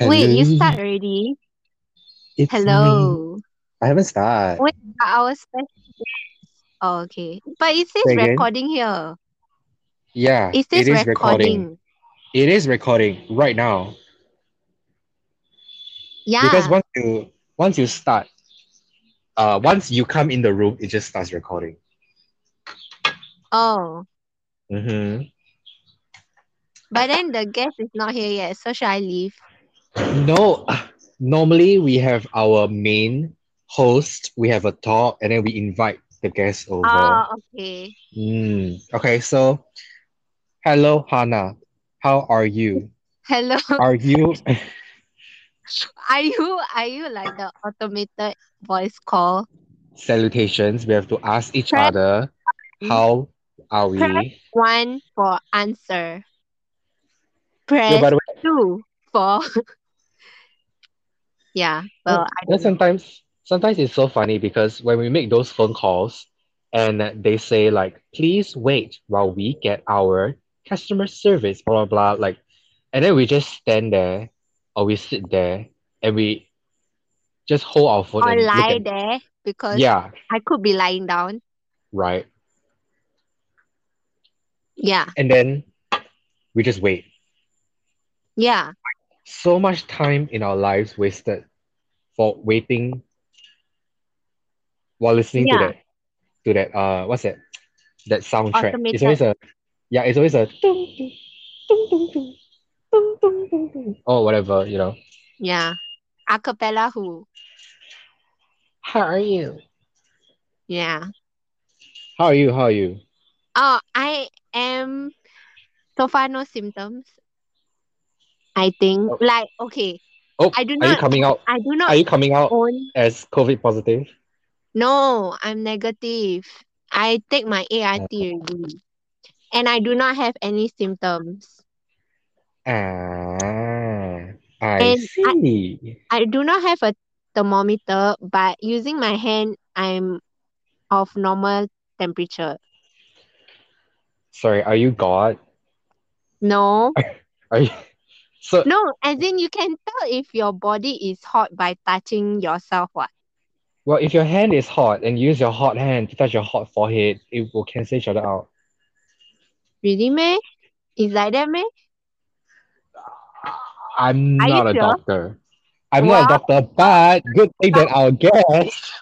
Wait, you Hello, start already? it's me. Hello. I haven't started. Wait, but our special. Oh, okay. But it says Say Again? recording here. Yeah, It it says is recording. recording. It is recording right now because Yeah. once you once you start, uh, once you come in the room, it just starts recording. Oh, Mm-hmm. but then the guest is not here yet. So should I leave? No, normally we have our main host. We have a talk, and then we invite the guests over. Oh, okay. Mm. Okay, so hello, Hannah. How are you? Hello. Are you? Are you are you like the automated voice call? salutations. We have to ask each Press other, one. how are Press we? one for answer. Yo, by Press the way, two for yeah. no, Well, I no, don't know. sometimes sometimes it's so funny because when we make those phone calls and they say like, please wait while we get our customer service, blah blah blah, like, and then we just stand there or we sit there and we just hold our phone Or and look lie at, there because yeah, I could be lying down. right, Yeah. and then we just wait. Yeah. So much time in our lives wasted for waiting while listening to Yeah. that to that uh what's that that soundtrack it's Automated. always a yeah it's always a dung, dung, dung, dung, dung, dung, dung, dung, dung, or Oh, whatever you know Yeah. Acapella who? how are you Yeah. how are you how are you Oh, I am so far no symptoms. I think oh, like okay. oh I do are you not. coming out I do are not you coming out own. as covid positive No, I'm negative. I take my uh, ART already, and I do not have any symptoms. ah i And I see I do not have a thermometer, but using my hand, I'm of normal temperature. sorry are you god No. are you so No, as in you can tell if your body is hot by touching yourself. What? well if your hand is hot and you use your hot hand to touch your hot forehead it will cancel each other out Really, meh? Is like that, meh? I'm Are you not a sure? doctor. I'm not a Wow. doctor, but good thing that our guest,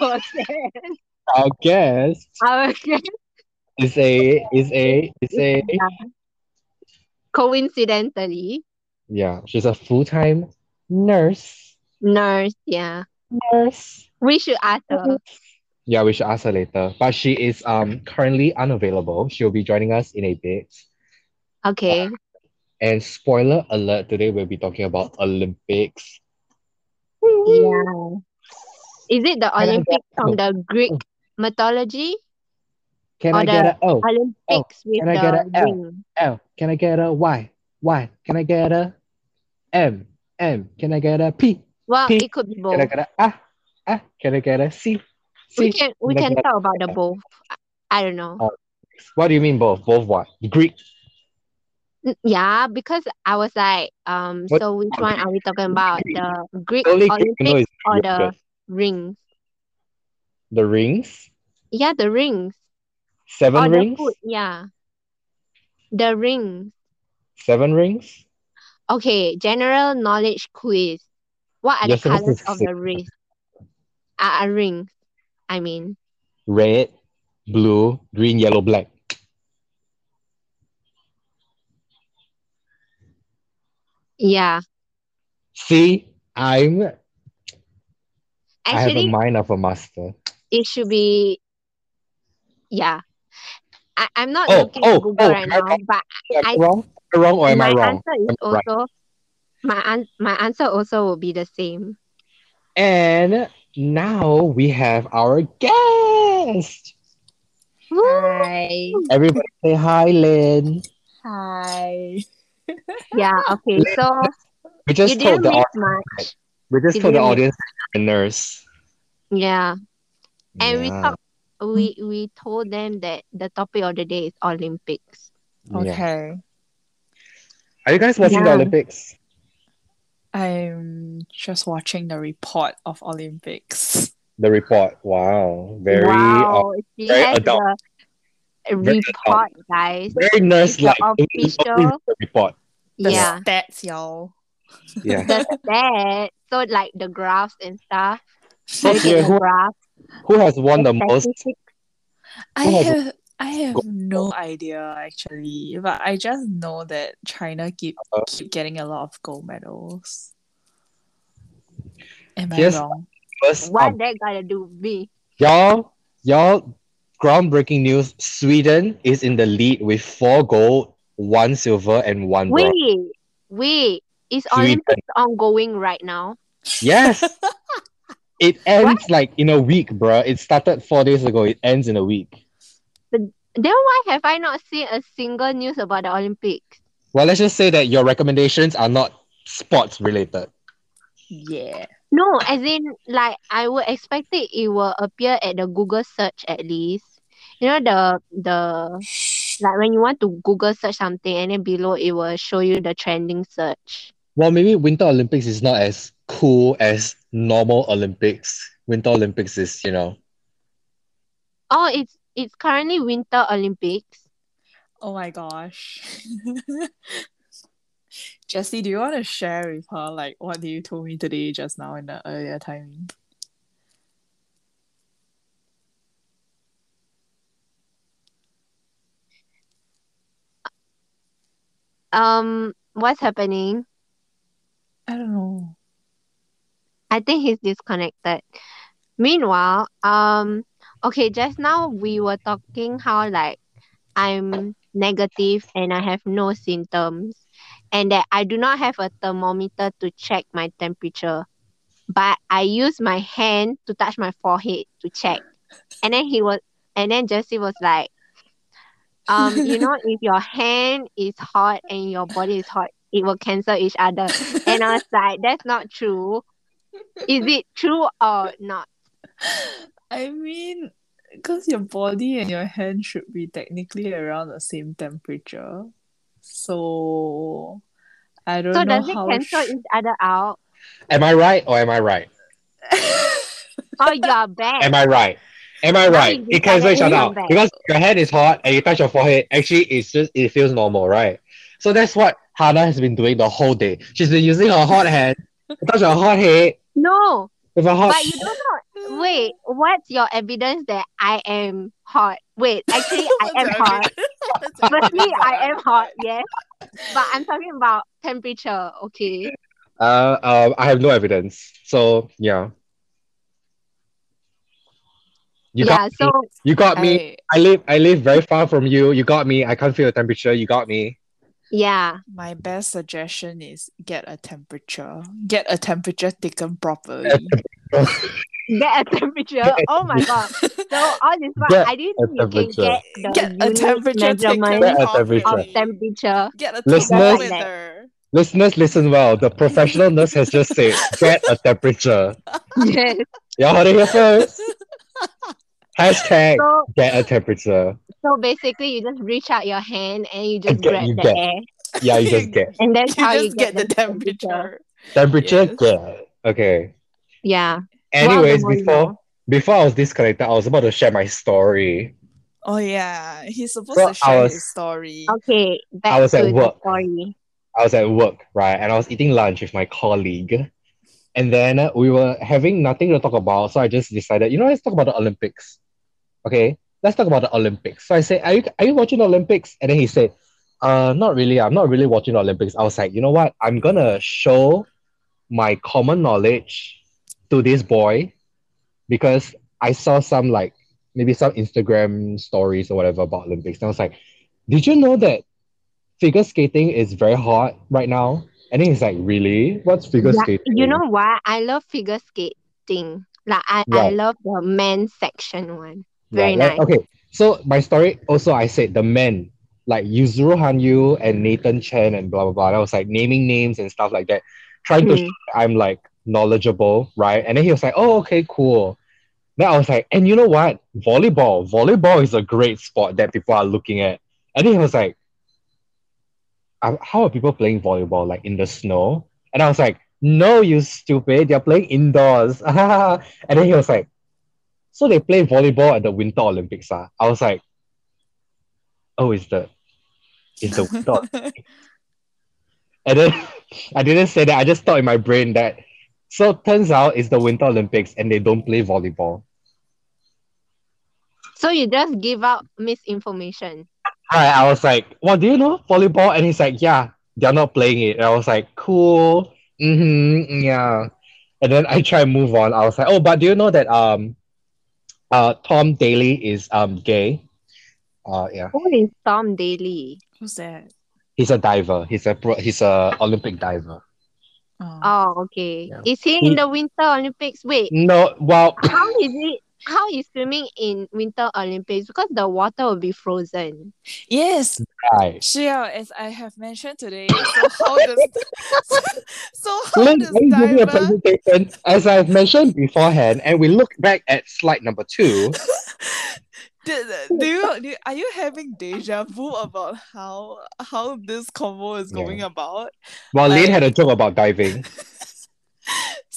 Our guest. our guest Our guest. is a is a is a Coincidentally, yeah, she's a full time nurse. nurse. Yeah. Nurse. We should ask her. Mm-hmm. Yeah, we should ask her later. But she is um currently unavailable. She'll be joining us in a bit. Okay. And spoiler alert, today we'll be talking about Olympics. Woo Yeah. woo. Is it the Can I get Oh. Olympics from no? the Greek mythology Can or I get the a O? O. Olympics with Oh. Can I get the a L? ring? L. Can I get a Y? Y. Can I get a M? M. Can I get a P? Well, P. it could be Can I both. get a A? A. Can I get a C? We C. can we Can I can get talk about the a both. I, I don't know. uh, What do you mean both? Both what? Greek. N- Yeah, because I was like, um, What? so which one are we talking about? Greek. The Greek The only Greek you know Olympics is or the Greek. rings? The rings. Yeah, the rings or Seven the food. rings. Yeah, the rings. Seven rings. Okay, general knowledge quiz. What are You're the supposed to colors of say the rings? Are uh, rings? I mean, red, blue, green, yellow, black. yeah. See, I'm. I have a Actually, mind of a master. it should be yeah. I, I'm not Oh, looking at oh, Google oh! right Am I now, wrong? but Am I I wrong? Am I wrong or am I my wrong? answer is Am I right? also my an my answer also will be the same. And now we have our guest. Hi. Woo! Everybody say hi, Lynn. Hi. Yeah, okay. So We you just told didn't the miss audience. much. We You just told the didn't miss. audience that you're a nurse. Yeah. And we Yeah. talked we we told them that the topic of the day is Olympics. Yeah. Okay. Are you guys watching the Yeah. Olympics? I'm just watching the report of Olympics. The report. Wow. Very uh, wow, she very has adult. a Very report, guys. very nurse like It's the official- report. The Yeah, stats, y'all. Yeah. the stats. So like the graphs and stuff. Oh, Look at yeah. the graph. Who has won the the most? statistics. I Oh, have I have no idea actually, but I just know that China keep Uh, keep getting a lot of gold medals. Am I Yes. wrong? First What up, that gotta do with me? y'all, y'all, groundbreaking news. Sweden is in the lead with four gold, one silver, and one bronze. Wait, wait. Is Sweden. Olympics ongoing right now? Yes. it ends like in a week, bruh. It started four days ago. It ends in a week. Then why have I not seen a single news about the Olympics? Well, let's just say that your recommendations are not sports related. Yeah. No, as in like I would expect it it will appear at the Google search at least. You know the the like when you want to Google search something and then below it will show you the trending search. Well, maybe Winter Olympics is not as cool as normal Olympics. Winter Olympics is, you know, Oh, it's it's currently Winter Olympics. Oh my gosh. Jessie, do you want to share with her like what you told me today just now in the earlier timing? Um, what's happening? I don't know. I think he's disconnected. Meanwhile, um, okay, just now we were talking how like I'm negative and I have no symptoms, and that I do not have a thermometer to check my temperature, but I use my hand to touch my forehead to check, and then he was, and then Jesse was like, um, you know, if your hand is hot and your body is hot, it will cancel each other, and I was like, that's not true. Is it true or not? I mean, because your body and your hand should be technically around the same temperature. So I don't So know does it how. cancel sh- each other out? am I right or am I right? Oh, you're bad. Am I right? Am I No, right? you It cancels each other out decided because your head is hot and you touch your forehead. Actually, it's just it feels normal, right? So that's what Hannah has been doing the whole day. She's been using her hot hand to touch her hot head No, with her hot. but you don't know. Wait, what's your evidence that I am hot? Wait, actually, I What's am your hot. evidence? Firstly, I am hot, yes. But I'm talking about temperature, okay? Uh, uh, I have no evidence. So yeah, you got yeah, so you got me. I- I live I live very far from you. You got me. I can't feel the temperature. You got me. yeah. my best suggestion is get a temperature. Get a temperature taken properly. Get Get a temperature. Oh my god. So all this while Get I didn't a think you can temperature. get the get a unit temperature taken measurement Get a properly. temperature. of temperature. Get a Listeners- thermometer. Listeners, listen well. The professional nurse has just said, "Get a temperature." Yes. Y'all heard it here first. Hashtag So get a temperature. so basically you just reach out your hand and you just get- grab you the get. air. Yeah, you just get And that's you how just you get, the temperature. temperature. Yes. Get okay. Yeah. Anyways, Wow, the before before I was disconnected, I was about to share my story. Oh yeah, he's supposed So I to share was- his story. Okay, back I was to at the work. story. I was at work, right, and I was eating lunch with my colleague, and then uh, we were having nothing to talk about, so I just decided, you know, let's talk about the Olympics. Okay, let's talk about the Olympics. So I said, are you are you watching the Olympics? And then he said, uh, not really. I'm not really watching the Olympics. I was like, you know what? I'm gonna show my common knowledge to this boy because I saw some like maybe some Instagram stories or whatever about Olympics. And I was like, did you know that figure skating is very hot right now? And then he's like, really? What's figure Yeah, skating? you know why? I love figure skating. Like I, I Right. love the men's section one. Right, Very like- nice. Okay, so my story also I said the men like Yuzuru Hanyu and Nathan Chen and blah blah blah. And I was like naming names and stuff like that, trying to Mm. show that I'm like knowledgeable, right? And then he was like, "Oh, okay, cool." Then I was like, "And you know what? Volleyball. Volleyball is a great sport that people are looking at." And then he was "Ah, like, "Uh, "How are people playing volleyball like in the snow?" And I was like, no, you stupid, they're playing indoors. and then he was like, so they play volleyball at the Winter Olympics. Ah? I was like, oh, is the, is the Winter And then I didn't say that. I just thought in my brain that. So turns out it's the Winter Olympics and they don't play volleyball. So you just give out misinformation. Right, I was like, "Well, do you know volleyball?" And he's like, "Yeah, they're not playing it." And I was like, "Cool, mm-hmm, yeah." And then I try to move on. I was like, "Oh, but do you know that um, uh, Tom Daly is um gay?" Uh, yeah, Who is Tom Daly? Who's that? he's a diver. He's a pro- he's a Olympic diver. Oh. Oh, okay. Yeah. Is he He- in the Winter Olympics? Wait, No, well, how is it? How is swimming in Winter Olympics? Because the water will be frozen. Yes, right. Shia, as I have mentioned today, so how does so, so how Let, does let me give you a diver presentation. As I've mentioned beforehand, and we look back at slide number two. do, do you do, you- are you having deja vu about how how this convo is Yeah. going about? Well, Like- Lane had a joke about diving.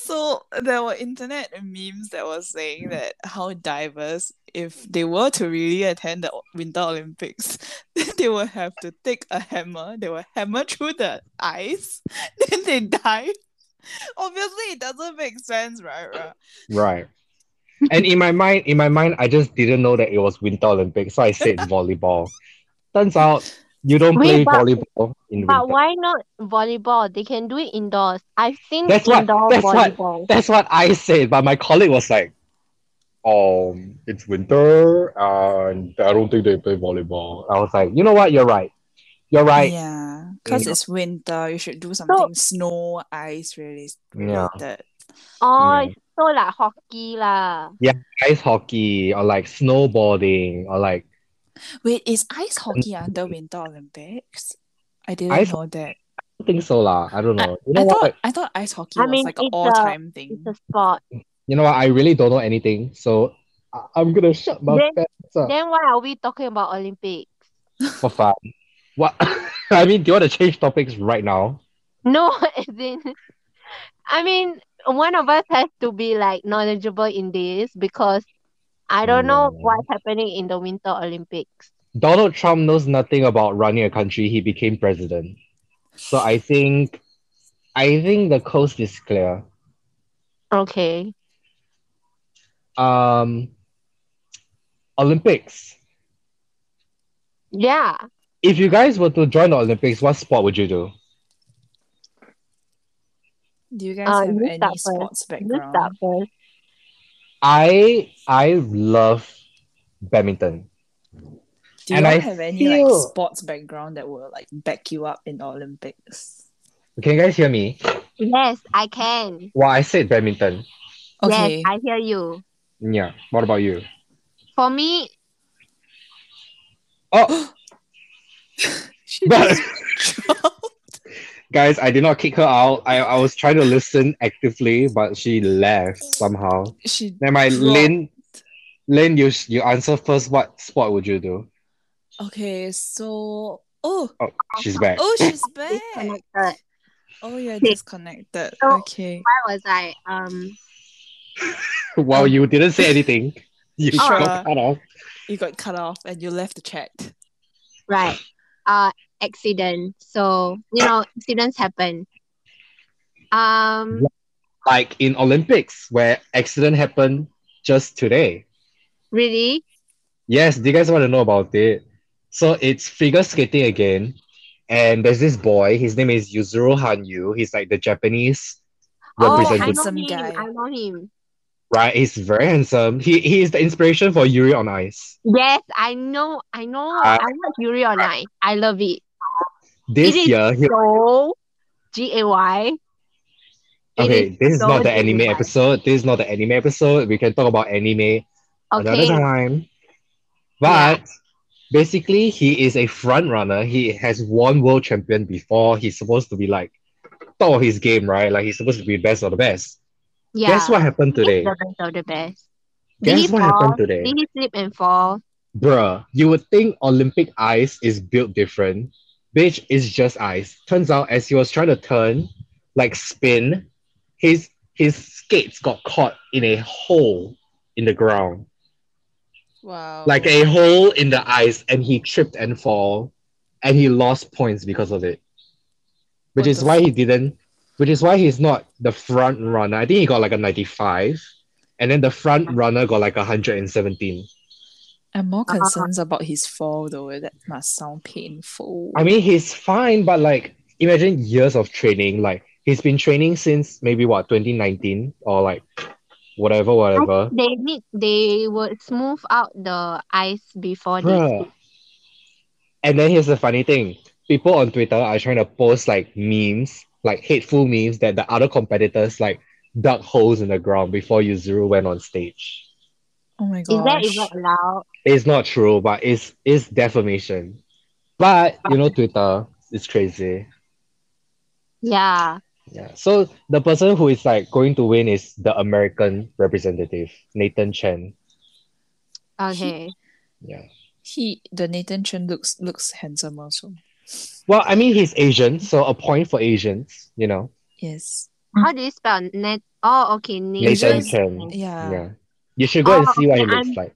So there were internet memes that were saying that how divers, if they were to really attend the Winter Olympics, they will have to take a hammer. They will hammer through the ice, then they dive. Obviously, it doesn't make sense, right? right? Right. And in my mind, in my mind, I just didn't know that it was Winter Olympics, so I said volleyball. Turns out you don't play Wait, but- volleyball in But winter. why not volleyball? They can do it indoors. I've seen That's what- indoor that's what- volleyball. That's what I said, but my colleague was like, "Um, it's winter, and I don't think they play volleyball." I was like, "You know what? You're right. You're right. Yeah, because Yeah. it's winter. You should do something snow, ice really Yeah. related. Oh, Yeah. so like hockey lah. Ice hockey or like snowboarding or like Wait, is ice hockey under Winter Olympics? I didn't Mm. Ice- know that. I don't think so lah. I don't know. you know I what? thought I thought ice hockey I was mean, like an it's a- all time thing. It's a sport. You know what? I really don't know anything, so I- I'm gonna shut my Then- pants up. Then why are we talking about Olympics? for fun. uh, What? I mean, do you want to change topics right now? No, as in, I mean, one of us has to be like knowledgeable in this because I don't know Mm. what's happening in the Winter Olympics. Donald Trump knows nothing about running a country. He became president, so I think, I think the coast is clear. Okay. Um, Olympics. Yeah. If you guys were to join the Olympics, what sport would you do? Do you guys Uh, have you any start first. sports You background? start first. I I love badminton. Do you And all I have any feel- like sports background that will like back you up in Olympics? Can you guys hear me? Yes, I can. Well, I said badminton. Yes, Okay. I hear you. Yeah. What about you? For me, Oh, She but. just- Guys, I did not kick her out. I, I was trying to listen actively, but she left somehow. she Never mind, Drop. Lynn. Lynn, you you answer first. What sport would you do? okay, so oh She's back. oh she's disconnected. back. Where Oh you're Okay. disconnected. So- Okay. was I? Um, Well, you didn't say anything. You Oh. got cut off. You got cut off and you left the chat. right. Uh, accident. So, you know, accidents happen. Um, Like in Olympics, where accident happened just today. really? Yes, do you guys want to know about it? So it's figure skating again, and there's this boy. His name is Yuzuru Hanyu. He's like the Japanese Oh, I representative. know Handsome him. guy. I know him. Right, he's very handsome. He he is the inspiration for Yuri on Ice. Yes, I know. I know. I- I watch Yuri on Ice. I love it. This It is year, he, So, G A Y. It okay, is this is so not the anime justified. episode. This is not the anime episode. We can talk about anime another Okay. time. But basically, he is a front runner. He has won world champion before. He's supposed to be like top of his game, right? Like he's supposed to be best of the best. Yeah. Guess what happened He's today, the best of the best. Guess Did he what fall? happened today? Did he slip and fall? bruh? You would think Olympic ice is built different. Bitch, it's just ice. Turns out, as he was trying to turn, like spin, his his skates got caught in a hole in the ground, Wow. like a hole in the ice, and he tripped and fall, and he lost points because of it. Which What is the why he didn't. Which is why he's not the front runner. I think he got like a ninety-five, and then the front runner got like a hundred and seventeen. I'm more Uh-huh. concerned about his fall though. That must sound painful. I mean, he's fine, but like, imagine years of training. Like, he's been training since maybe what 2019 or like whatever, whatever. They need they would smooth out the ice before Bruh. And then here's the funny thing people on Twitter are trying to post like memes, like hateful memes that the other competitors like dug holes in the ground before Yuzuru went on stage. oh my they. Is that gosh. even allowed? It's not true, but it's it's defamation. But you know, Twitter is crazy. Yeah. Yeah. So the person who is like going to win is the American representative, Nathan Chen. Okay. Yeah. he the Nathan Chen looks looks handsome also. Well, I mean he's Asian, so a point for Asians, you know. Yes. How do you spell net? Oh, okay. Nathan Mm. Nathan. Chen. Yeah. Yeah. You should go and Oh, see what he okay, looks I'm- like.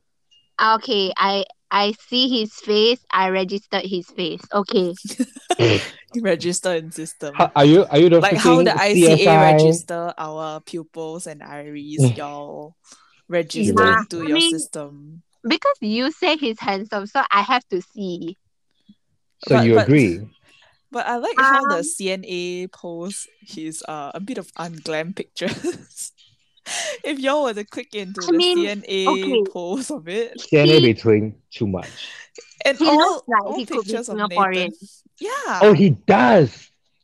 Ah, Okay. I I see his face. I registered his face. Okay. Register in system. How, are you are you the like how freaking the ICA CSI? register our pupils and IREs, y'all register Mm. Yeah. into I your mean- system. Because you say he's handsome, so I have to see. So But- you but- agree? But I like how Um, the CNA posts his uh a bit of unglam pictures. if y'all were to click into I the mean, CNA okay. post of it, CNA He- between too Uh, much. and He all, looks like all he could be pictures of Singaporean. Nathan. Yeah. Oh, he does.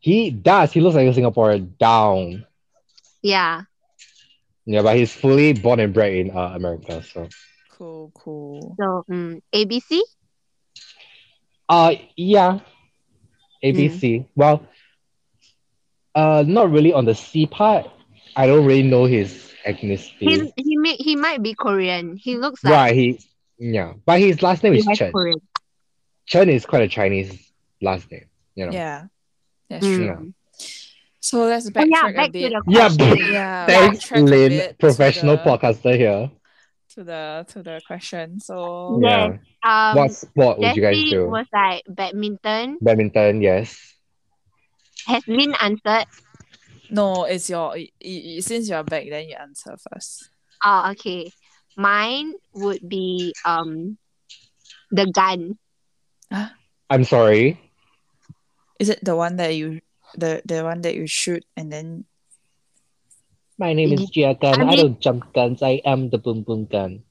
He does. He looks like a Singaporean down. Yeah. Yeah, but he's fully born and bred in uh, America. So, Cool, cool. So um, ABC. uh, yeah, Hmm. ABC. Well, uh, not really on the C part. I don't really know his ethnicity. He he may, he might be Korean. He looks like right, he yeah, but his last name is Black Chen. Korean. Chen is quite a Chinese last name. You know. Yeah. That's Mm. true. Yeah. So let's Oh, backtrack yeah, back to a bit. the Yeah, question. yeah, Thanks, backtrack a Lynn, bit to professional the- podcaster here. to the to the question. So Yeah. Yes. Um, what sport would you guys Jessie do? was like badminton. Badminton, yes. Has been answered. no, it's your y- y- since you're back, then you answer first. Oh, okay. Mine would be um the gun. I'm sorry. Is it the one that you the the one that you shoot and then My name is Gia Gun. I mean- I don't jump guns. I am the boom boom gun.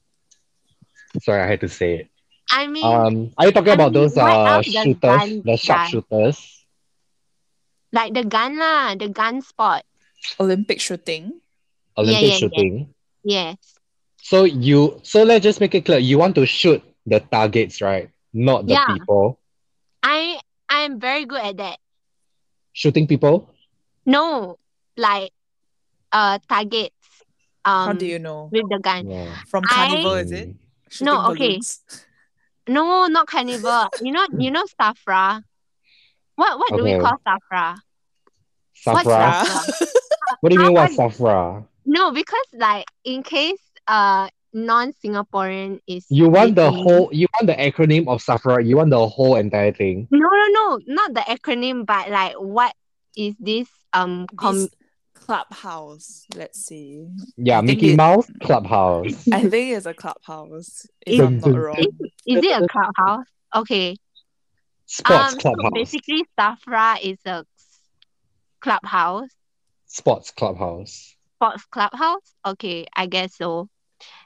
Sorry, I had to say it. I mean, Um, are you talking I about mean, those what uh else does shooters, gun the sharpshooters? like the gun lah, the gun spot. Olympic shooting? Olympic yeah, yeah. shooting? Yes. So you, so let's just make it clear. You want to shoot the targets, right? Not the Yeah. people I I am very good at that. shooting people. No, like uh targets. Um, How do you know? with the gun? Yeah. From I- carnival, is it? Mm. Shooting okay. balloons? No, not carnival. you know, you know, safra. What what do we Okay. call safra? What's Safra. Safra? What do you mean? What Safra? safra? No, because like in case uh non-Singaporean is You want the listening- whole. You want the acronym of safra. You want the whole entire thing. No, no, no, not the acronym, but like what is this um com This clubhouse, let's see. Yeah, I think Mickey it- Mouse Um, Clubhouse. I think it's a clubhouse, if It- I'm not wrong. is it a clubhouse? Okay. Sports um so Clubhouse. basically Safra is a s- clubhouse, Sports Clubhouse. sports clubhouse. Okay, I guess so.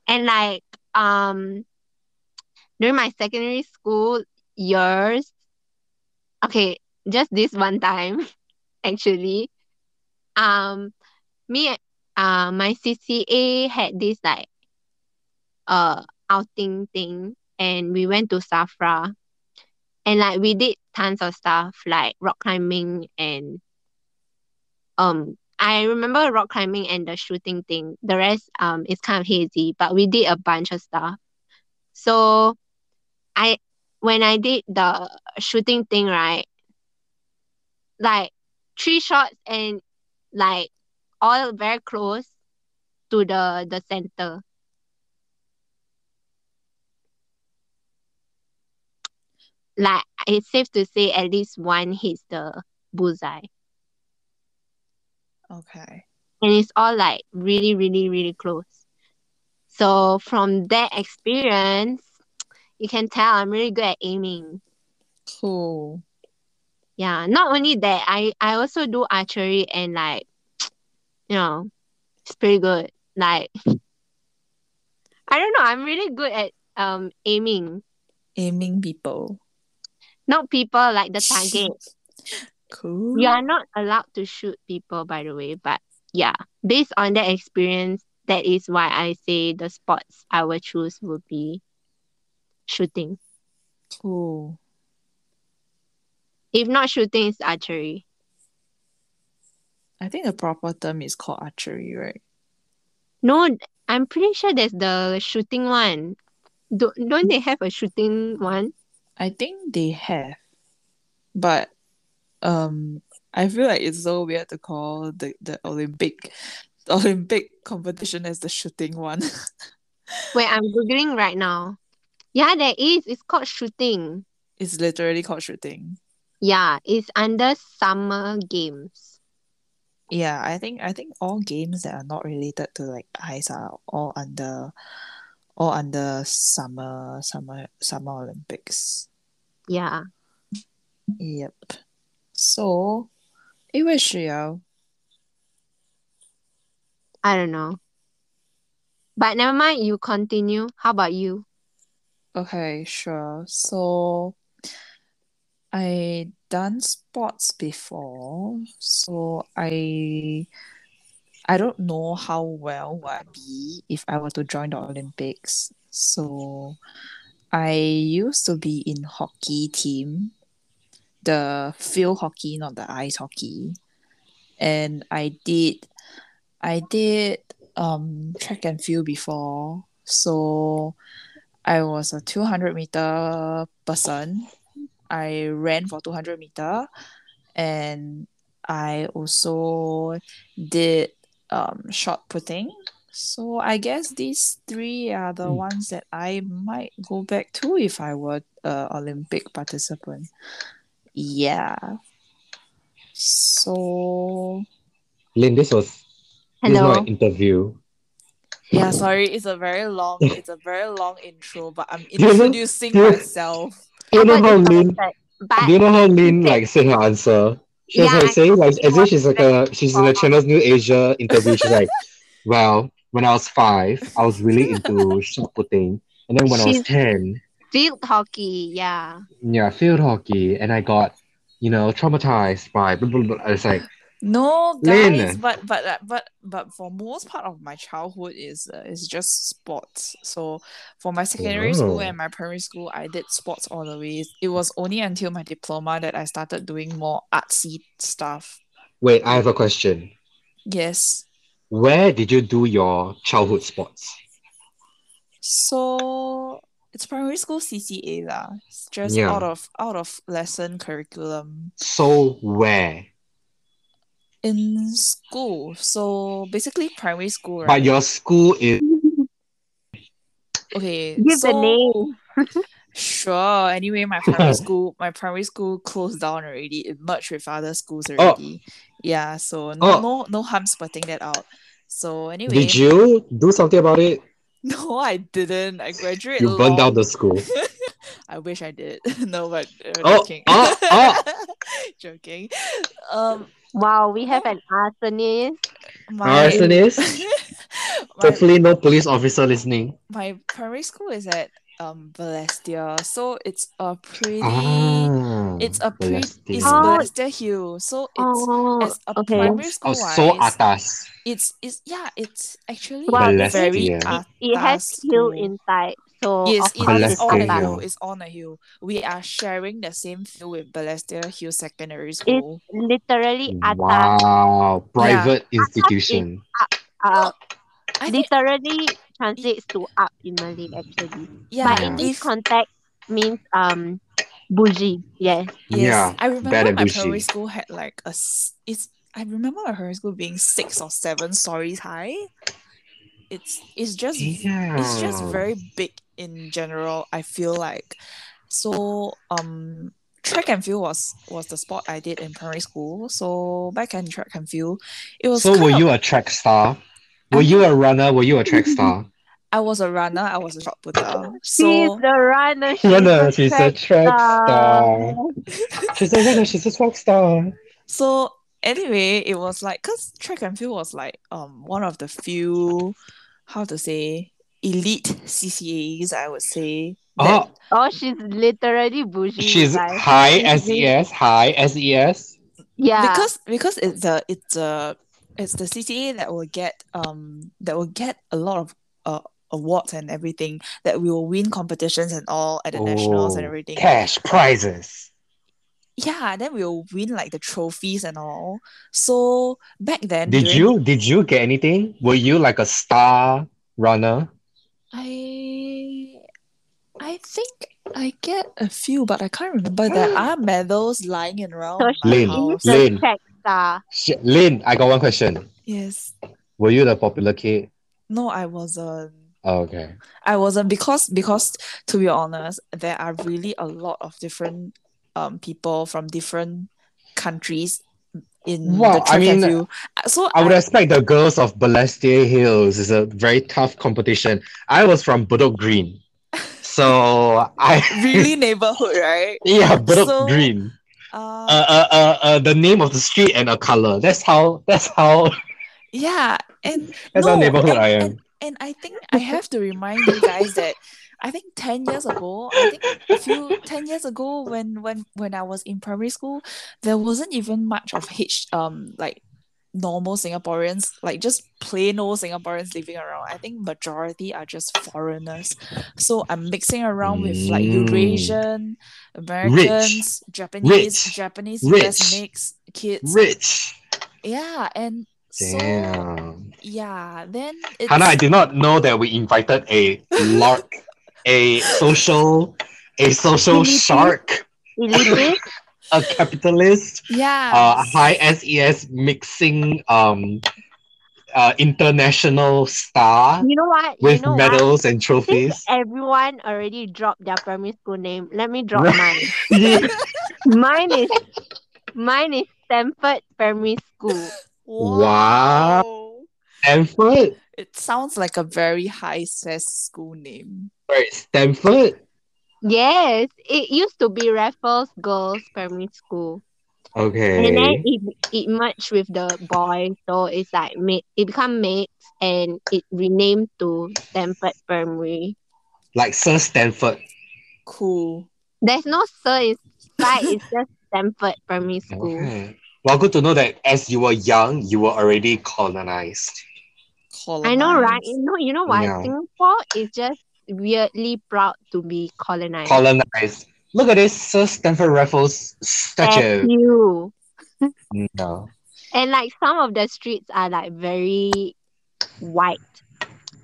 And like um during my secondary school years, okay, just this one time actually. Um me and- uh my CCA had this like uh outing thing and we went to Safra and like we did tons of stuff like rock climbing and um I remember rock climbing and the shooting thing. The rest um is kind of hazy, but we did a bunch of stuff. So I when I did the shooting thing right, like three shots and like all very close to the the center. Like it's safe to say at least one hits the bullseye. Okay. and it's all like really really really close so from that experience you can tell i'm really good at aiming Cool. yeah not only that i i also do archery and like you know it's pretty good like i don't know i'm really good at um aiming Aiming people. not people like the target Cool. you are not allowed to shoot people by the way but yeah based on that experience that is why i say the sports i will choose would be shooting Cool. if not shooting it's archery I think the proper term is called archery, right? no i'm pretty sure there's the shooting one don't, don't they have a shooting one I think they have. But um I feel like it's so weird to call the, the Olympic the Olympic competition as the shooting one. wait i'm googling right now yeah there is it's called shooting it's literally called shooting. yeah it's under summer games Yeah, I think I think all games that are not related to like ice are all under all under summer summer summer Olympics. yeah Yep. So 因为需要 i don't know but never mind you continue how about you Okay, sure. So I done sports before, so I I don't know how well would I be if I were to join the Olympics. So I used to be in hockey team, the field hockey, not the ice hockey. And I did I did um track and field before. So I was a 200 meter person. I ran for 200 meter and I also did um, shot putting. So I guess these three are the Mm. ones that I might go back to if I were an Olympic participant. Yeah. So Lynn, this was this is hello not an interview. yeah, sorry, it's a very long, it's a very long intro, but I'm You know- introducing you- myself. Do you know how How about Lynn? this one? But Do you know how Lynn said- like said her answer? She was Yeah, like I saying like as was if she's like a she's in a Channels New Asia interview. She's like, well, when I was five, I was really into shot putting, and then when I was She's- ten, field hockey, yeah. yeah, field hockey, and I got you know traumatized by blah blah blah. It's like No, Lynn. guys, but but uh, but but for most part of my childhood is uh, is just sports. So for my secondary Oh. school and my primary school, I did sports all the way. It was only until my diploma that I started doing more artsy stuff. wait, I have a question. Yes. Where did you do your childhood sports? So it's primary school CCA lah. It's just Yeah. out of out of lesson curriculum. So where? In school. So basically primary school, right? But your school is okay. Give the so- name. Sure. Anyway, my primary school, my primary school closed down already. It merged with other schools already. Yeah. So Oh. no, no, no harm spotting that out. So anyway, Did you do something about it? no, I didn't. I graduated. You burned down long- the school. I wish I did. no, but uh, Oh, joking. oh, oh. joking. Um, Wow, we have an arsonist. my Arsonist. my- Hopefully, no police officer listening. my primary school is at um Balestier, so it's a pretty. Ah, It's a pretty. It's Oh. Balestier Hill, so it's. Oh, as a okay. primary oh, school so wise, atas. it's it's yeah, it's actually Wow, Balestier. very It- It, atas. it has hill school. inside, so Yes, of it course is it's on a Balestier. atas. hill. It's on a hill. We are sharing the same field with Balestier Hill Secondary It's School. literally atas. Wow, private institution. Uh, I think literally translates to up in Malay actually. yeah, But in Yeah. this if context means um bougie. Yes. Yes, Yeah, I remember bad and my bougie. primary school had like a. s- It's I remember my primary school being six or seven stories high. It's it's just it's just Damn. very big in general. I feel like so um track and field was was the sport I did in primary school. So back in track and field, it was So kind were of- you a track star? Were you Mm-hmm. a runner? Were you a track star? I was a runner, I was a shot putter. She's So the runner. She's Runner, the she's a track track star. star. She's a runner, she's a track star. so anyway, it was like because track and field was like um one of the few how to say elite CCAs I would say. that- Oh, Oh, she's literally bougie. she's guys. high Bougie. SES, high E SES. Yeah. because because it's the it's the it's the CCA that will get um that will get a lot of uh, awards and everything that we will win competitions and all at the nationals and Oh, everything. Cash prizes. Yeah, then we will win like the trophies and all. So back then, Did during- you did you get anything? Were you like a star runner? I I think I get a few, but I can't remember. There are medals lying around So my she Lin, is house. the ah, Lin. track star. Shit, Lynn, I got one question. Yes. Were you the popular kid? No, I wasn't. Oh, okay. I wasn't because because to be honest, there are really a lot of different um people from different countries in Wow, the I track and mean, field. Uh, So I would I- expect the girls of Balestier Hills is a very tough competition. I was from Bedok Green. So I really neighborhood, right? yeah, Bedok So- Green. Uh, Uh, uh, uh, uh, the name of the street and a color. That's how that's how yeah, and that's no, how neighborhood and, I am. And, and I think I have to remind you guys that I think ten years ago, I think a few ten years ago when when when I was in primary school, there wasn't even much of H um like normal Singaporeans, like just plain old Singaporeans living around. I think majority are just foreigners. So I'm mixing around with like Mm. Eurasian, Americans, Japanese, Rich. Japanese US Rich. mix kids. Rich. Yeah, and so Damn. yeah, then it's Hannah, I did not know that we invited a lark, a social, a social Elitist. shark, Elitist. a capitalist, yeah. uh, high SES mixing um, uh, international star You know what? with you know what? medals and Since trophies. everyone already dropped their primary school name, let me drop mine. Yeah. Mine is mine is Stanford Primary School. Wow. Stanford, It sounds like a very high SES school name. right? Stanford. Yes, it used to be Raffles Girls Primary School, and then Okay. it, it merged with the boys, so it's like ma- it become mates, and it renamed to Stanford Primary. Like Sir Stanford. Cool. There's no sir inside; it's just Stanford Primary School. Okay. Well, good to know that as you were young, you were already colonized. I know, right? Colonized. You know, you know what? Yeah. Singapore is just weirdly proud to be colonized. colonized. Look at this Sir Stanford Raffles Thank statue. you. No. And like some of the streets are like very white.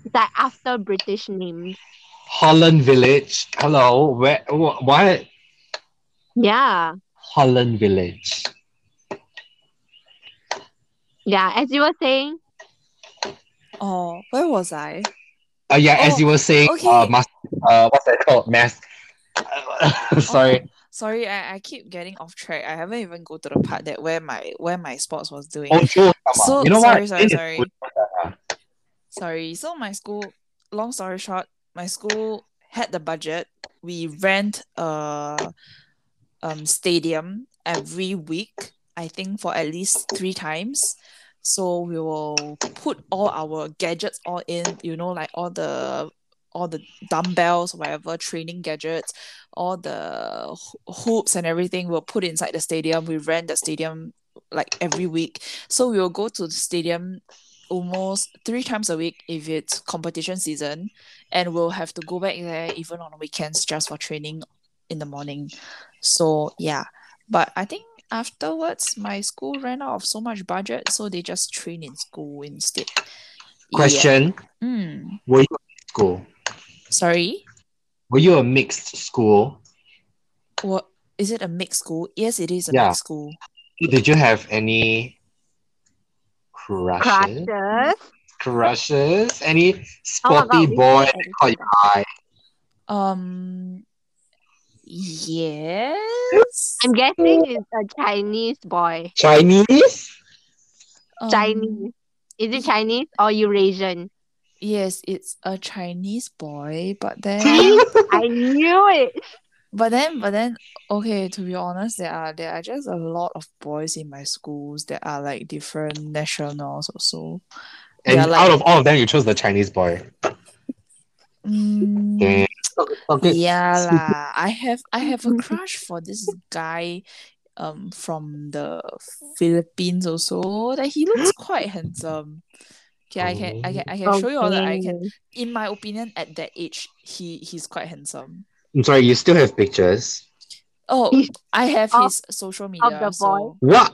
It's like after British names. Holland Village. Hello. Where? wh- Why Yeah. Holland Village? Yeah. As you were saying, Oh, where was I? Uh, yeah, Oh, as you were saying, okay. uh, mas- uh, what's that called? Mass. Sorry. Sorry, I, I keep getting off track. I haven't even go to the part that where my where my sports was doing. Oh, sure. So you know sorry, what? sorry, This is sorry. good. Sorry. So my school, long story short, my school had the budget. We rent a um stadium every week, I think for at least three times. So we will put all our gadgets all in, you know, like all the all the dumbbells, whatever training gadgets, all the ho- hoops and everything we'll put inside the stadium. We rent the stadium like every week. So we will go to the stadium almost three times a week if it's competition season and we'll have to go back there even on weekends just for training in the morning so yeah but i think afterwards my school ran out of so much budget so they just train in school instead Yeah. Question Mm, Were you in school? sorry Were you a mixed school? what is it a mixed school yes it is a Yeah. mixed school Did you have any crushes? Crushes. Crushes? Any Oh my sporty God, we boy should that caught your eye? Um. Yes. I'm guessing it's a Chinese boy. Chinese? Um, Chinese. Is it Chinese or Eurasian? Yes, it's a Chinese boy, but then, See? I knew it. but then, but then. Okay, to be honest, there are there are just a lot of boys in my schools that are like different nationals also. And Yeah, like- out of all of them, you chose the Chinese boy. Mm, Damn. Okay. Yeah lah. I have I have a crush for this guy um from the Philippines also. That he looks quite handsome. Okay, I can I can I can show you all that I can Okay. in my opinion at that age he he's quite handsome. I'm sorry, you still have pictures. Oh He's I have of- his social media. the so- What?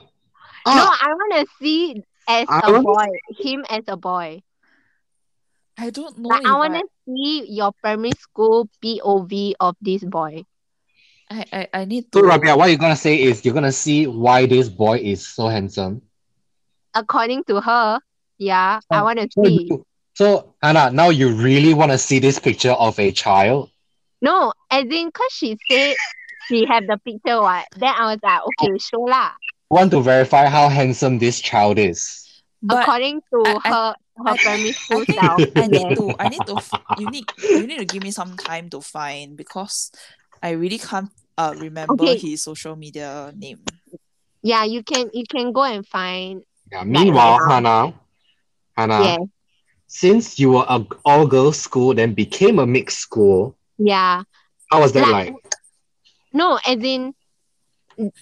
Oh. No, Ah, I want to see as I a wanna boy, him as a boy. I don't know Like, if I want to see your primary school POV of this boy. I, I, I need So, to Rabia, what you're going to say is you're going to see why this boy is so handsome. According to her, yeah, I Oh, want to So, see. you- so, Hannah, now you really want to see this picture of a child? No, as in, cause she said she have the picture. What? Then I was like, okay, Oh. show lah. Want to verify how handsome this child is? but According to I- I- her, her primary school I think self. I need to I need to f- you need you need to give me some time to find because I really can't uh remember Okay. his social media name. Yeah, you can you can go and find. Yeah, meanwhile, now. Hannah, Ah. Hannah, Yeah, since you were a all girls school, then became a mixed school, yeah. how was that Like- like? No, as in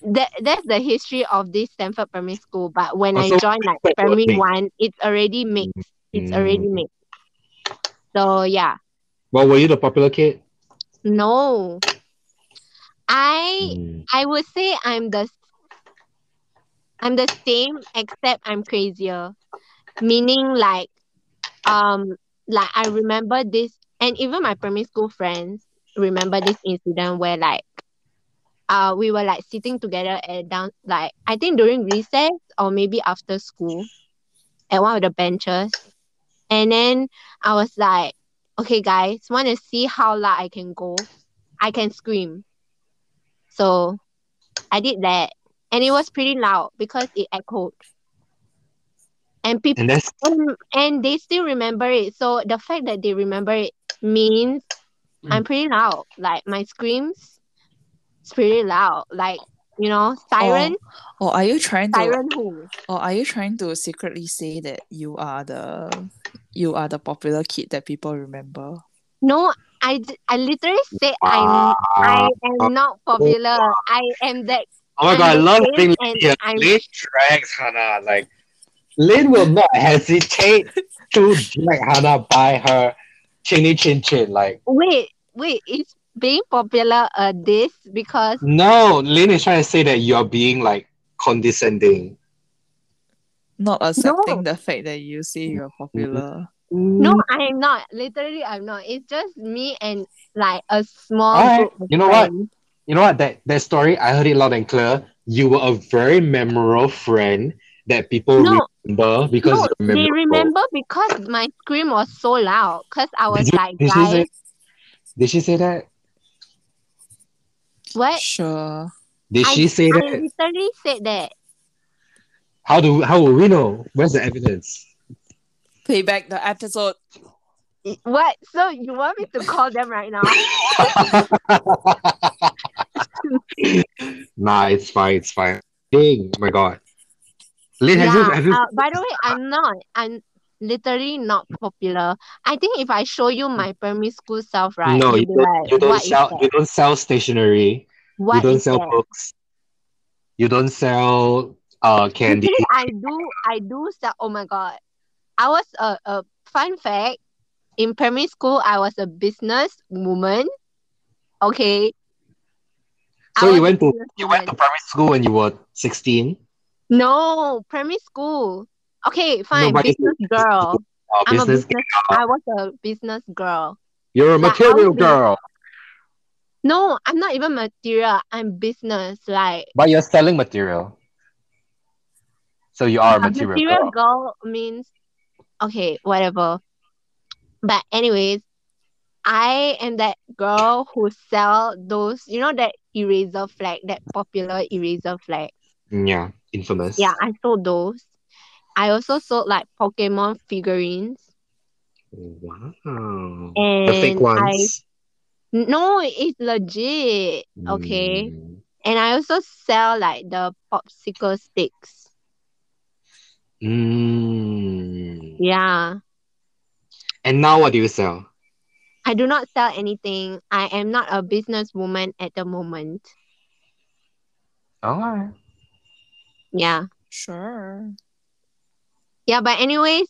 that that's the history of this Stanford primary school. But when I Also, joined like like, primary mixed. one, it's already mixed. It's already Mm. mixed. So yeah. Well, were you the popular kid? No. I Mm. I would say I'm the I'm the same except I'm crazier. Meaning like um like I remember this and even my primary school friends remember this incident where like uh we were like sitting together at down like I think during recess or maybe after school at one of the benches and then I was like okay guys wanna see how loud I can go I can scream so I did that and it was pretty loud because it echoed and people And that's and, Um, and they still remember it. So the fact that they remember it means I'm pretty loud. Like my screams, it's pretty loud. Like you know, siren, Oh, Or are you trying to siren who? or are you trying to secretly say that you are the you are the popular kid that people remember? No, I, d- I literally said I'm I am not popular. I am that. Oh my I'm god, I the love same being and here. I'm- Lin drags Hannah. Like, Lin will not hesitate to drag Hannah by her chinny chin chin. Like, Wait, wait, is being popular a this because no, Lin is trying to say that you're being like condescending. Not accepting the fact that you say you're popular. no, Mm. I am not. Literally, I'm not. It's just me and like a small Alright, group. Of you know what? friends. You know what? That that story, I heard it loud and clear. You were a very memorable friend that people No. remember because No, you're memorable. they remember because my scream was so loud. Cause I was Did you- like, Did she say? guys, Did she say that? what? Sure. Did I- she say I that? literally said that. How do how will we know? Where's the evidence? Play back the episode. What? So you want me to call them right now? Nah, it's fine. It's fine. Dang! Oh my god, Lin, have you have you? uh, by the way, I'm not. I'm literally not popular. I think if I show you my primary school self, right? no, you you'll be don't. like, You don't "What is sell. that? You don't sell stationery. What you don't is sell that?" books. You don't sell uh candy. Literally, I do. I do sell. Oh my god! I was a, a fun fact. In primary school, I was a business woman. Okay. I So was you a went to business you went to woman. primary school when you were sixteen. No, primary school. Okay, fine. but it's- business girl. Uh, I'm a business. business. I was a business girl. You're a Like, material I'll be- girl, No, I'm not even material. I'm business. Like but you're selling material. So you are a A material, material girl. girl means okay, whatever. But anyways, I am that girl who sell those, you know, that eraser flag, that popular eraser flag. Mm, Yeah, infamous. Yeah, I sold those. I also sold like Pokemon figurines. Wow. And the fake ones. No, it's legit. Okay. Mm. And I also sell like the popsicle sticks. Mm. Yeah. And now what do you sell? I do not sell anything. I am not a businesswoman at the moment. Alright. Yeah. Sure. Yeah, but anyways,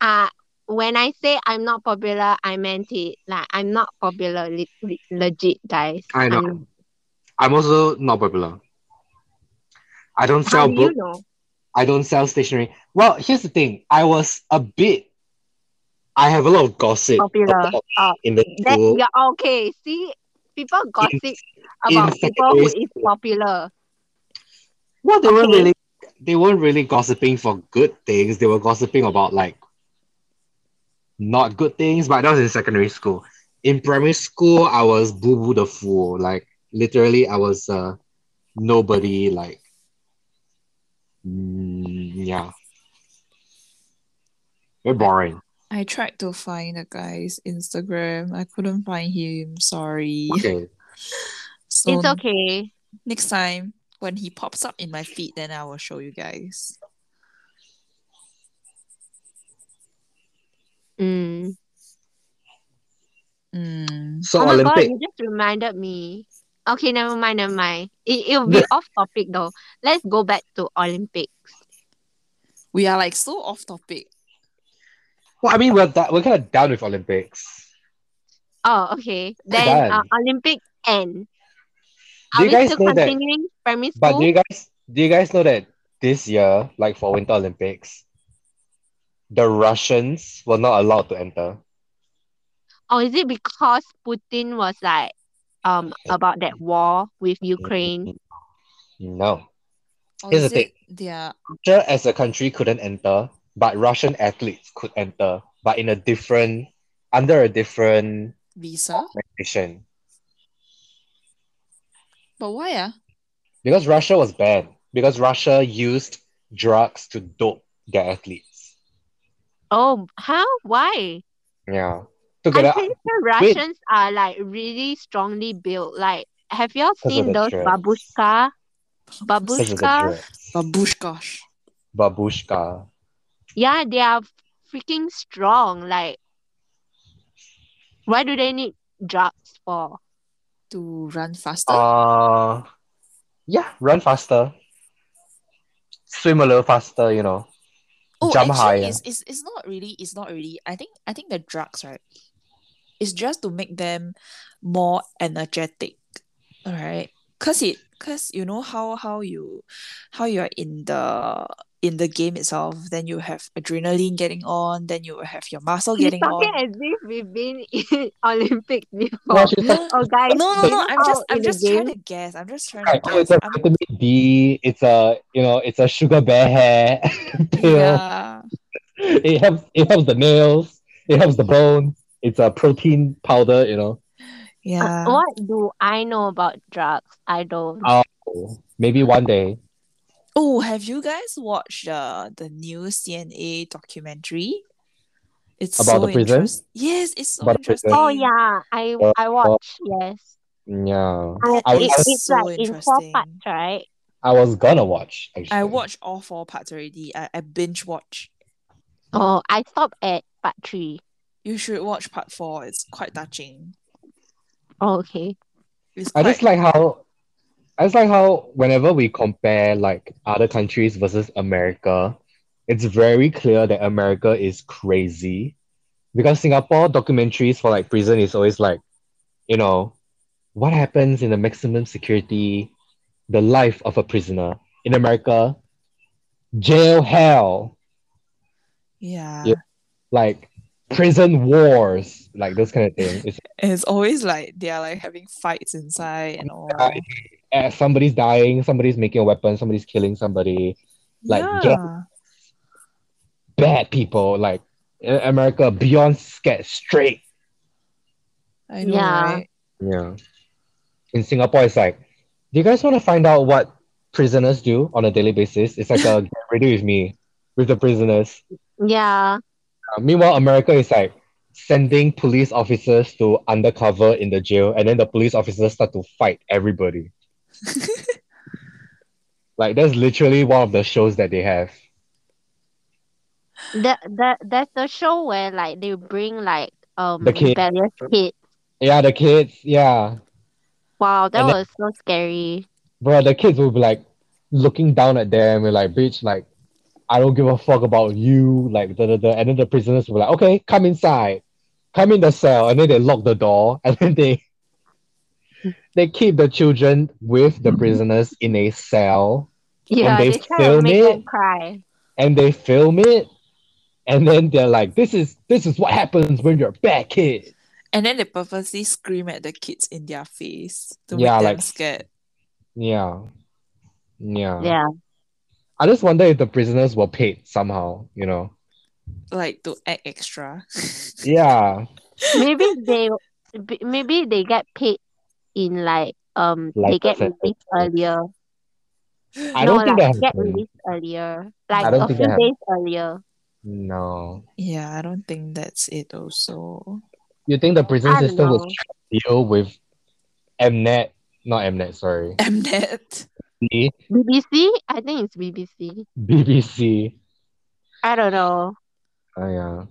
uh when I say I'm not popular, I meant it. Like I'm not popular, le- le- legit, guys. I know. I'm- I'm also not popular. I don't How sell do books. you know? I don't sell stationery. Well, here's the thing. I was a bit. I have a lot of gossip Popular. about- Uh, in the that school. yeah, okay. See, people gossip about people secondary who is school. popular. Well, they weren't Okay. really. They weren't really gossiping for good things. They were gossiping about like not good things. But that was in secondary school. In primary school, I was boo boo the fool. Like literally, I was uh, nobody. Like, mm, yeah, very boring. I tried to find the guy's Instagram. I couldn't find him. Sorry. Okay. So It's okay. next time when he pops up in my feed, then I will show you guys. Mm. Mm. So oh my god, Olympic. you just reminded me. Okay, never mind, never mind. It it'll be off topic though. Let's go back to Olympics. We are like so off topic. Well, I mean, we're da- we're kind of done with Olympics. Oh, okay. Then uh, done. Olympic end. Do Are you we guys still know that- continuing primary But school? do you guys do you guys know that this year, like for Winter Olympics, the Russians were not allowed to enter? Or Oh, is it because Putin was like um about that war with Mm-hmm. Ukraine? No, Or Here's is the thing. it their Russia as a country couldn't enter, but Russian athletes could enter, but in a different under a different visa? nation But why? Ah? because Russia was banned because Russia used drugs to dope their athletes. Mm-hmm. Oh, how? Why? Yeah, I'm together. pretty sure wait. Russians are like really strongly built. Like, have y'all of seen the those dress. babushka? Because of the Babushka? drugs. Babushkosh. Babushka. Yeah, they are freaking strong. Like, why do they need drugs for? To run faster? Uh, yeah, run faster. Swim a little faster, you know. oh, jump actually, higher. It's, it's, it's not really, it's not really. I think I think the drugs, right? It's just to make them more energetic. All right. Cause it cause you know how how you how you're in the in the game itself, then you have adrenaline getting on, then you will have your muscle He's getting talking on. as if we've been in Olympics Well, before. she's like, Oh, guys, No, no, he's no. I'm out just, I'm in the just trying game. to guess. I'm just trying "Right, to oh, it's guess. a I'm, vitamin D. It's a you know, it's a sugar bear hair pill. yeah. It helps. It helps the nails. It helps the bone. It's a protein powder. You know, Yeah. Uh, what do I know about drugs? I Oh, don't. maybe one day. Oh, have you guys watched uh, the new CNA documentary? It's About so the prison? interest- Yes, it's so About the prison? interesting. Oh yeah, I Uh, I watch. Yes, Yeah, I, I it, was- it's so like in four interesting. parts, right? I was gonna watch. Actually, I watched all four parts already. I, I binge watch. Oh, I stopped at part three. You should watch part four. It's quite touching. Oh, okay. It's I quite just like how I just like how whenever we compare like other countries versus America, it's very clear that America is crazy. Because Singapore documentaries for like prison is always like, you know, what happens in the maximum security, the life of a prisoner. In America, jail hell, yeah. Yeah. like prison wars, like those kind of things. It's And it's always like they are like having fights inside and all. eh, uh, somebody's dying, somebody's making a weapon, somebody's killing somebody, Like, yeah. get- bad people like in America beyond scared straight. I know, Yeah. right? Yeah. In Singapore, it's like, do you guys want to find out what prisoners do on a daily basis? It's like a get ready with me with the prisoners. Yeah. Uh, meanwhile, America is like sending police officers to undercover in the jail, and then the police officers start to fight everybody. like that's literally one of the shows that they have. That that that's the show where like they bring like um The kid. rebellious kid. Yeah, the kids. Yeah, Wow, that And was so scary. bro, the kids will be like looking down at them and like, bitch, like I don't give a fuck about you, like da da da. And then the prisoners were like, okay, come inside, come in the cell, and then they lock the door, and then they they keep the children with the prisoners in a cell, Yeah, they they, try to film make them it. cry. and they film it, and then they're like, this is this is what happens when you're a bad kid. And then they purposely scream at the kids in their face to Yeah, make them like- scared. Yeah, yeah. Yeah. I just wonder if the prisoners were paid somehow, you know? Like to act extra. Yeah, Maybe they b- maybe they get paid in like um Like they get that. released earlier. I no, don't think like that get happened. released earlier. Like I don't a think few that days earlier. No. yeah, I don't think that's it also. You think the prison I don't system know. will deal with Mnet? Not Mnet, sorry. Mnet. B- BBC? I think it's BBC. BBC. I don't know. Oh yeah.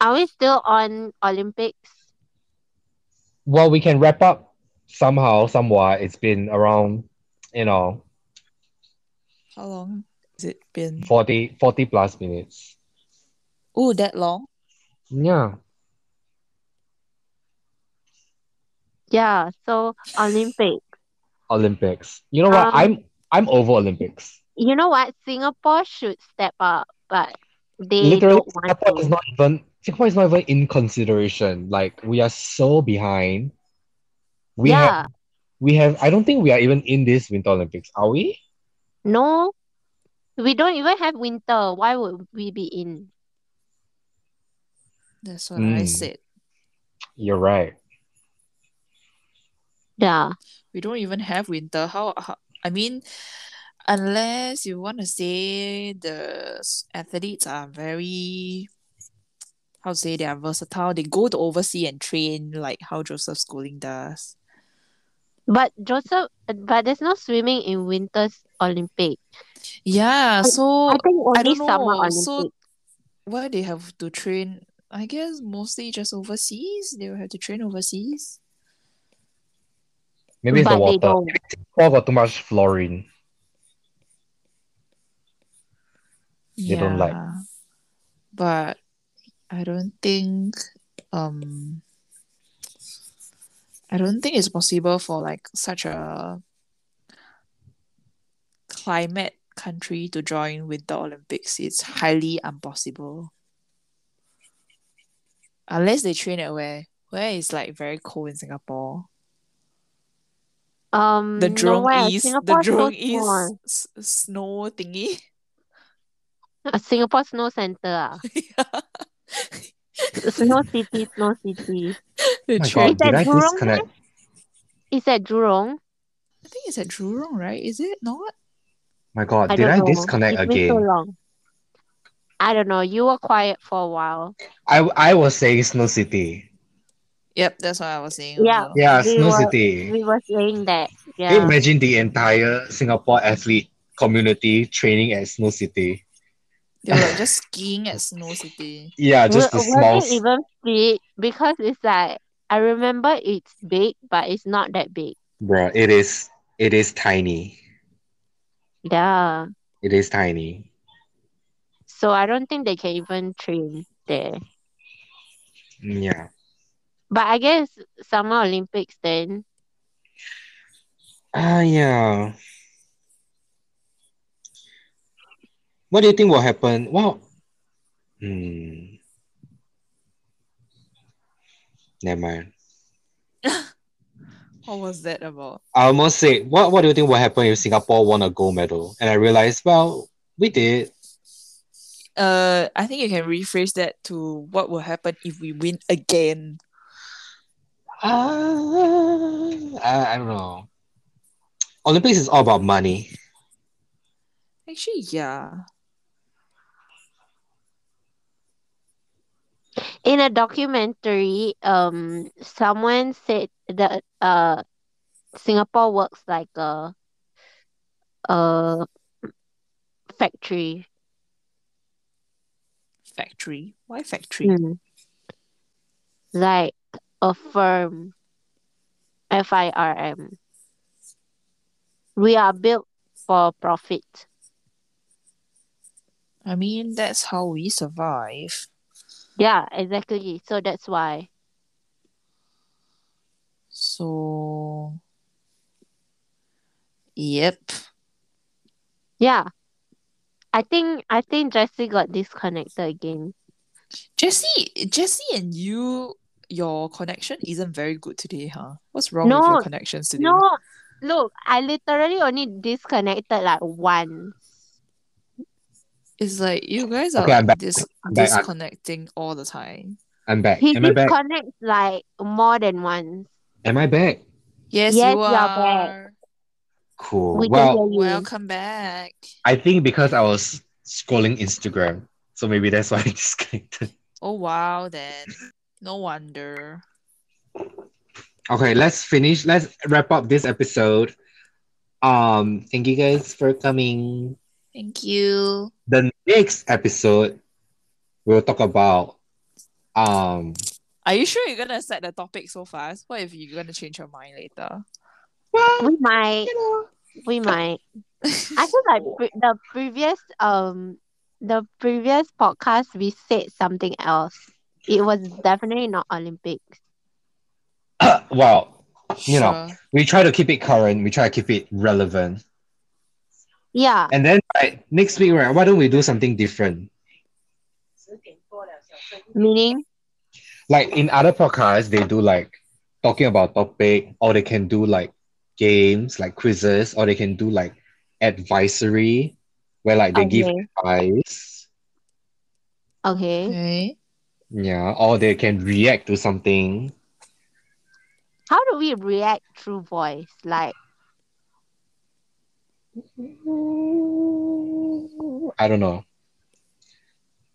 Are we still on Olympics? Well, we can wrap up somehow, somewhat. It's been around, you know, How long has it been? 40, 40 plus minutes. Oh, that long? Yeah. Yeah, so Olympics. Olympics. You know what? Um, I'm I'm over Olympics. You know what? Singapore should step up, but they Literally, don't want Singapore to. is not even Singapore is not even in consideration. Like we are so behind. We have yeah. we have I don't think we are even in this Winter Olympics, are we? No. We don't even have winter. Why would we be in? That's what I Mm. said. You're right. Yeah. We don't even have winter. How, how I mean, unless you want to say the s- athletes are very, how to say, they are versatile. They go to overseas and train like how Joseph Schooling does. But Joseph, but there's no swimming in winter's Olympic. Yeah, so I think only I don't summer know. Olympic. So why they have to train? I guess mostly just overseas. They will have to train overseas. Maybe it's but the they water. don't. Singapore got too much fluorine. They don't like. Yeah. But I don't think um I don't think it's possible for like such a climate country to join with the Olympics. It's highly impossible. Unless they train at where where it's like very cold in Singapore. Um, The Jurong nowhere. East the Singapore snow Jurong East small. s- snow thingy. Uh, Singapore Snow Centre. ah. Oh yeah. Snow City, Snow City. They Oh my train- god, did that I Jurong disconnect? It's at Jurong. I think it's at Jurong, right? Is it not? My god, I did don't I know. disconnect It's been so again? long. I don't know. You were quiet for a while. I I was saying Snow City. Yep, that's what I was saying. Yeah. also. Yeah, We Snow were- City. We were saying that. Can you Yeah. imagine the entire Singapore athlete community training at Snow City? They were like just skiing at Snow City. Yeah, just Were- the were small. they even big? Because it's like I remember it's big, but it's not that big. Bro, it is it is tiny. Yeah. It is tiny. So I don't think they can even train there. Mm, Yeah. But I guess Summer Olympics then. Ah yeah. What do you think will happen? Well, hmm. Never mind. What was that about? I almost said, what, what do you think would happen if Singapore won a gold medal? And I realized, well, we did. Uh, I think you can rephrase that to what will happen if we win again. Uh, I, I don't know. Olympics is all about money. Actually, yeah. in a documentary um someone said that uh singapore works like a a factory Factory. Why factory? Mm. like a firm f-i-r-m we are built for profit I mean, that's how we survive. yeah exactly so that's why So, yep. yeah i think i think jesse got disconnected again Jesse, Jesse, and you, your connection isn't very good today, huh? What's wrong with No, your connections today? No, look, I literally only disconnected like once. It's like you guys are Okay, I'm back. dis- I'm back. I'm- disconnecting all the time. I'm back. He Am I back? disconnects like more than once. Am I back? Yes, Yes, you you are back. are. Cool. We well, can hear you. Welcome back. I think because I was scrolling Instagram, so maybe that's why I disconnected. Oh wow, then no wonder. Okay, let's finish. Let's wrap up this episode. Um, thank you guys for coming. Thank you. The next episode, we'll talk about um. Are you sure you're gonna set the topic so fast? What if you're gonna change your mind later? Well, We might, you know, we might. I feel like pre- the previous um the previous podcast we said something else. It was definitely not Olympics. well, you know, Sure. we try to keep it current. We try to keep it relevant. Yeah, And then right, next week, right? Why don't we do something different? meaning Like in other podcasts, they do like talking about topic, or they can do like games, like quizzes, or they can do like advisory, where like they give okay, advice. okay. Okay. Yeah, or they can react to something. How do we react through voice? Like I don't know.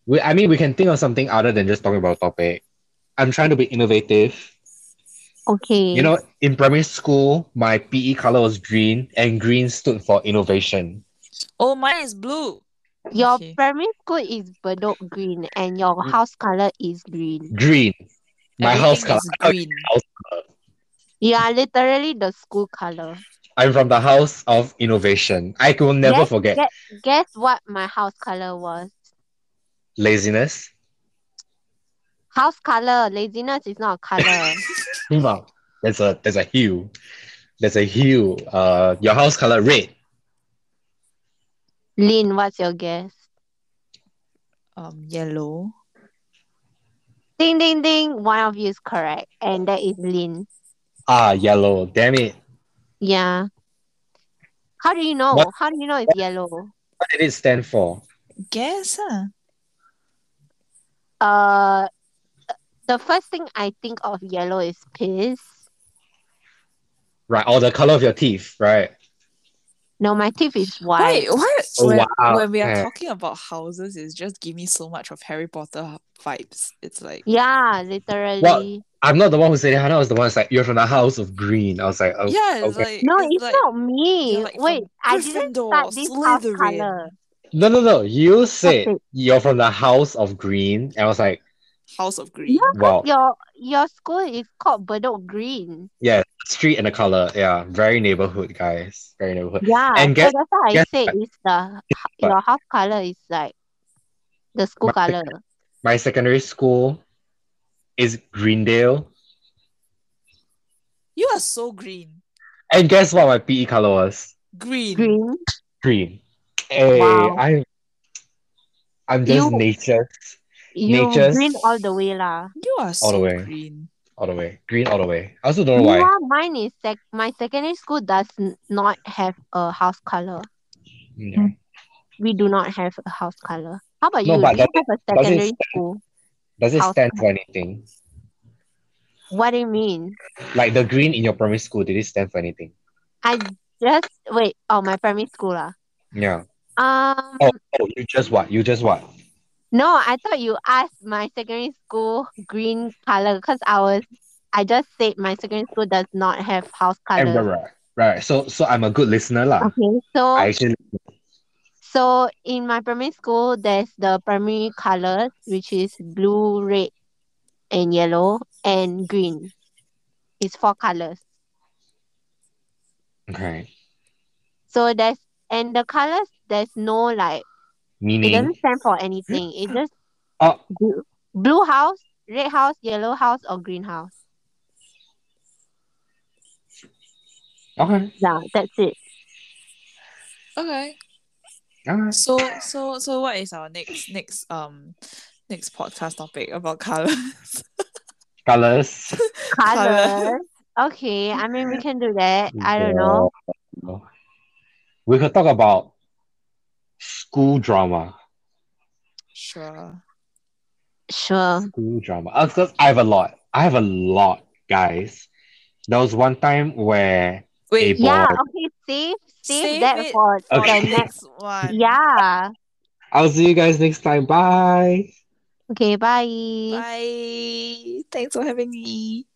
We, I mean, we can think of something other than just talking about topic. I'm trying to be innovative. okay, You know, in primary school, my PE color was green, and green stood for innovation. Oh, mine is blue. your Okay. primary school is Bedok green and Mm. your house color is green. Green. My house Everything color. is green. You are literally the school color. I'm from the house of innovation. I will never Yes, forget yes. Guess what my house color was? laziness. House color, laziness is not a color. Prima. There's a there's a hue. There's a hue. Uh, your house color red. Lynn, what's your guess? Um, yellow. Ding ding ding. One of you is correct, and that is Lynn. Ah, yellow. Damn it. Yeah. How do you know? What- How do you know it's yellow? What did it stand for? Guess huh? Uh, the first thing I think of yellow is piss. Right. Or the color of your teeth. Right. No, my teeth is white. Wait, what? Oh, when, wow. when we are Yeah. talking about houses, it's just give me so much of Harry Potter vibes. It's like Yeah, literally. I'm not the one who said it. Hannah was the one who's like, you're from the house of green. I was like, oh, yeah, it's okay. like No, it's it's like not me. you're like Wait, from I didn't Gryffindor, start this house Slytherin. color. No, no, no. You said Topic. you're from the house of green. And I was like, House of Green. Yeah, wow. your your school is called Bedok Green. Yeah. Street and the color. Yeah. Very neighborhood, guys. Very neighborhood. Yeah, And so guess- that's why I guess say what? it's the what? your house color is like the school My- color. My secondary school is Greendale. You are so green. And guess what my PE color was? Green. Green. Green. Hey, Wow. I'm I'm just You- nature You Nature's- green all the way lah. You are all the so way. green. all the way. Green all the way. I also don't know why. Yeah, mine is sec- my secondary school does n- not have a house color. Yeah. We do not have a house color. How about No, you? but Do you have a does it secondary stand- school? Does it House stand for anything? What do you mean? Like the green in your primary school, did it stand for anything? I just wait. Oh, my primary school lah. Yeah. Um, Oh, oh you just what? You just what? no, I thought you asked my secondary school green color because I was. I just said my secondary school does not have house Right, right, color. right, right. So so I'm a good listener lah. Okay, so I actually So in my primary school, there's the primary colors, which is blue, red, and yellow, and green. It's four colors. okay. So there's and the colors there's no like it Meaning doesn't stand for anything. It just oh blue, blue house, red house, yellow house, or green house. okay. Yeah, that's it. Okay. okay. So so so what is our next next um next podcast topic about colors? Colors. Colour. Colors. Okay, I mean we can do that. I don't know. know. We could talk about school drama. sure. Sure. School drama. Because I have a lot. I have a lot, guys. There was one time where Wait, Able. Yeah. Bored. Okay. Save save, Save that it for for Okay. the the next. next one. Yeah. I'll see you guys next time. Bye. Okay. Bye. Bye. Thanks for having me.